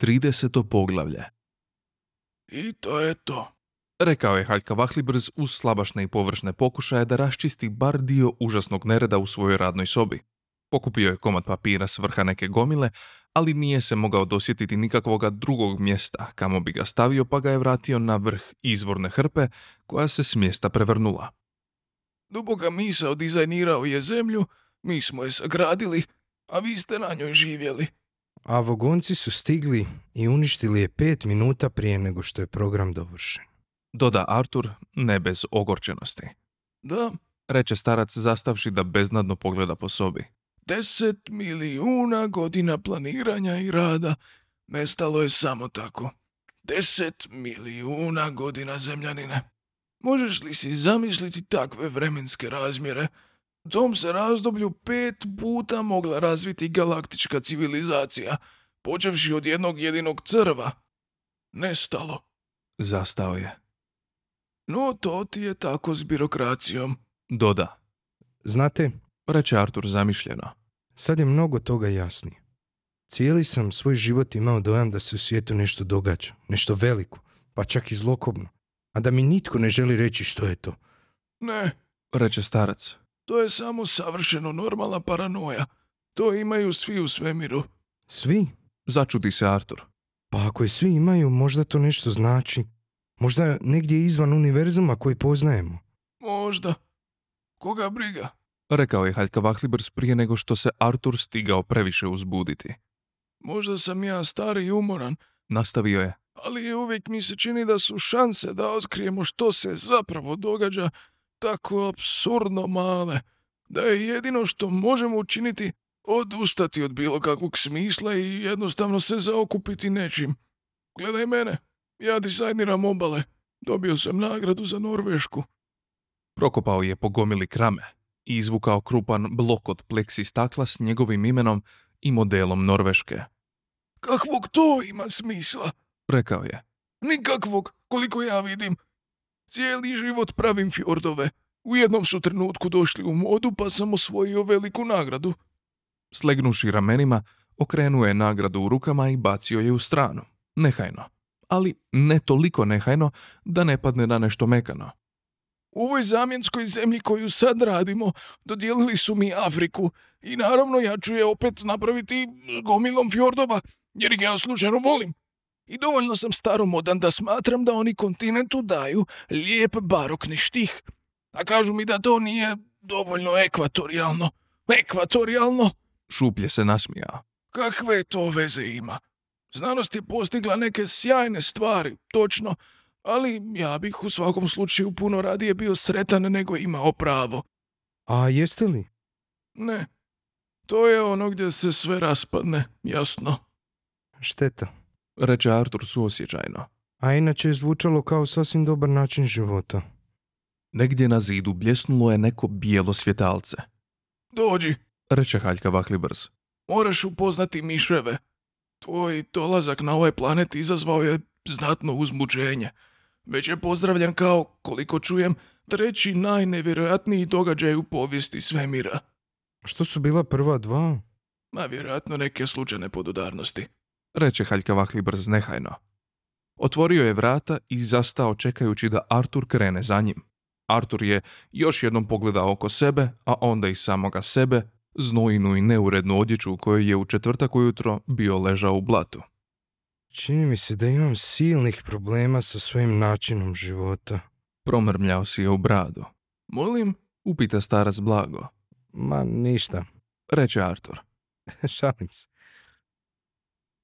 30. poglavlje, I to je to. rekao je Haljka Vahlibrz uz slabašne i površne pokušaje da raščisti bar dio užasnog nereda u svojoj radnoj sobi. Pokupio je komad papira s vrha neke gomile, ali nije se mogao dosjetiti nikakvoga drugog mjesta kamo bi ga stavio pa ga je vratio na vrh izvorne hrpe koja se s mjesta prevrnula. Duboka misao dizajnirao je zemlju, mi smo je sagradili, a vi ste na njoj živjeli. a Vogonci su stigli i uništili je pet minuta prije nego što je program dovršen. Doda Artur, ne bez ogorčenosti. Da, Reče starac zastavši da beznadno pogleda po sobi. deset milijuna godina planiranja i rada nestalo je samo tako. Deset milijuna godina zemljanine. Možeš li si zamisliti takve vremenske razmjere? U tom se razdoblju pet puta mogla razviti galaktička civilizacija, počevši od jednog jedinog crva. Nestalo. Zastao je. No, to ti je tako s birokracijom. Doda, Znate, reče Artur zamišljeno. sad je mnogo toga jasnije. Cijeli sam svoj život imao dojam da se u svijetu nešto događa, nešto veliko, pa čak i zlokobno, a da mi nitko ne želi reći što je to. Ne, Reče starac. to je samo savršeno normalna paranoja. To imaju svi u svemiru. Svi? Začudi se Artur. Pa ako je svi imaju, možda to nešto znači. Možda negdje izvan univerzuma koji poznajemo. Možda. Koga briga? Rekao je Haljka Vahlibrs prije nego što se Artur stigao previše uzbuditi. Možda sam ja stari i umoran, Nastavio je. ali je uvijek mi se čini da su šanse da otkrijemo što se zapravo događa tako apsurdno male, da je jedino što možemo učiniti odustati od bilo kakvog smisla i jednostavno se zaokupiti nečim. Gledaj mene, ja dizajniram obale, dobio sam nagradu za Norvešku. Prokopao je po gomili krame i izvukao krupan blok od pleksi stakla s njegovim imenom i modelom Norveške. Kakvog to ima smisla? Rekao je. Nikakvog, koliko ja vidim. Cijeli život pravim fjordove. U jednom su trenutku došli u modu pa sam osvojio veliku nagradu. Slegnuši ramenima, okrenuo je nagradu u rukama i bacio je u stranu. Nehajno. Ali ne toliko nehajno da ne padne na nešto mekano. U ovoj zamjenskoj zemlji koju sad radimo, dodijelili su mi Afriku i naravno ja ću je opet napraviti gomilom fjordova, jer ih ja slučajno volim. I dovoljno sam staromodan da smatram da oni kontinentu daju lijep barokni štih. A kažu mi da to nije dovoljno ekvatorijalno. Ekvatorijalno? Šuplje se nasmijao. Kakve to veze ima? Znanost je postigla neke sjajne stvari, točno, ali ja bih u svakom slučaju puno radije bio sretan nego imao pravo. A jeste li? Ne, to je ono gdje se sve raspadne, jasno. Šteta. Reče Artur suosjećajno. A inače je zvučalo kao sasvim dobar način života. Negdje na zidu bljesnulo je neko bijelo svjetalce. Dođi, Reče Haljka Vahlibrz. moraš upoznati miševe. Tvoj dolazak na ovaj planet izazvao je znatno uzmuđenje. Već je pozdravljen kao, koliko čujem, treći najnevjerojatniji događaj u povijesti svemira. Što su bila prva dva? Ma vjerojatno neke slučajne podudarnosti. reče Haljka Vahlibrz nehajno. Otvorio je vrata i zastao čekajući da Artur krene za njim. Artur je još jednom pogledao oko sebe, a onda i samoga sebe, znojinu i neurednu odjeću u kojoj je u četvrtak ujutro bio ležao u blatu. Čini mi se da imam silnih problema sa svojim načinom života. Promrmljao si je u bradu. Molim, Upita starac blago, Ma ništa, reče Artur. šalim se.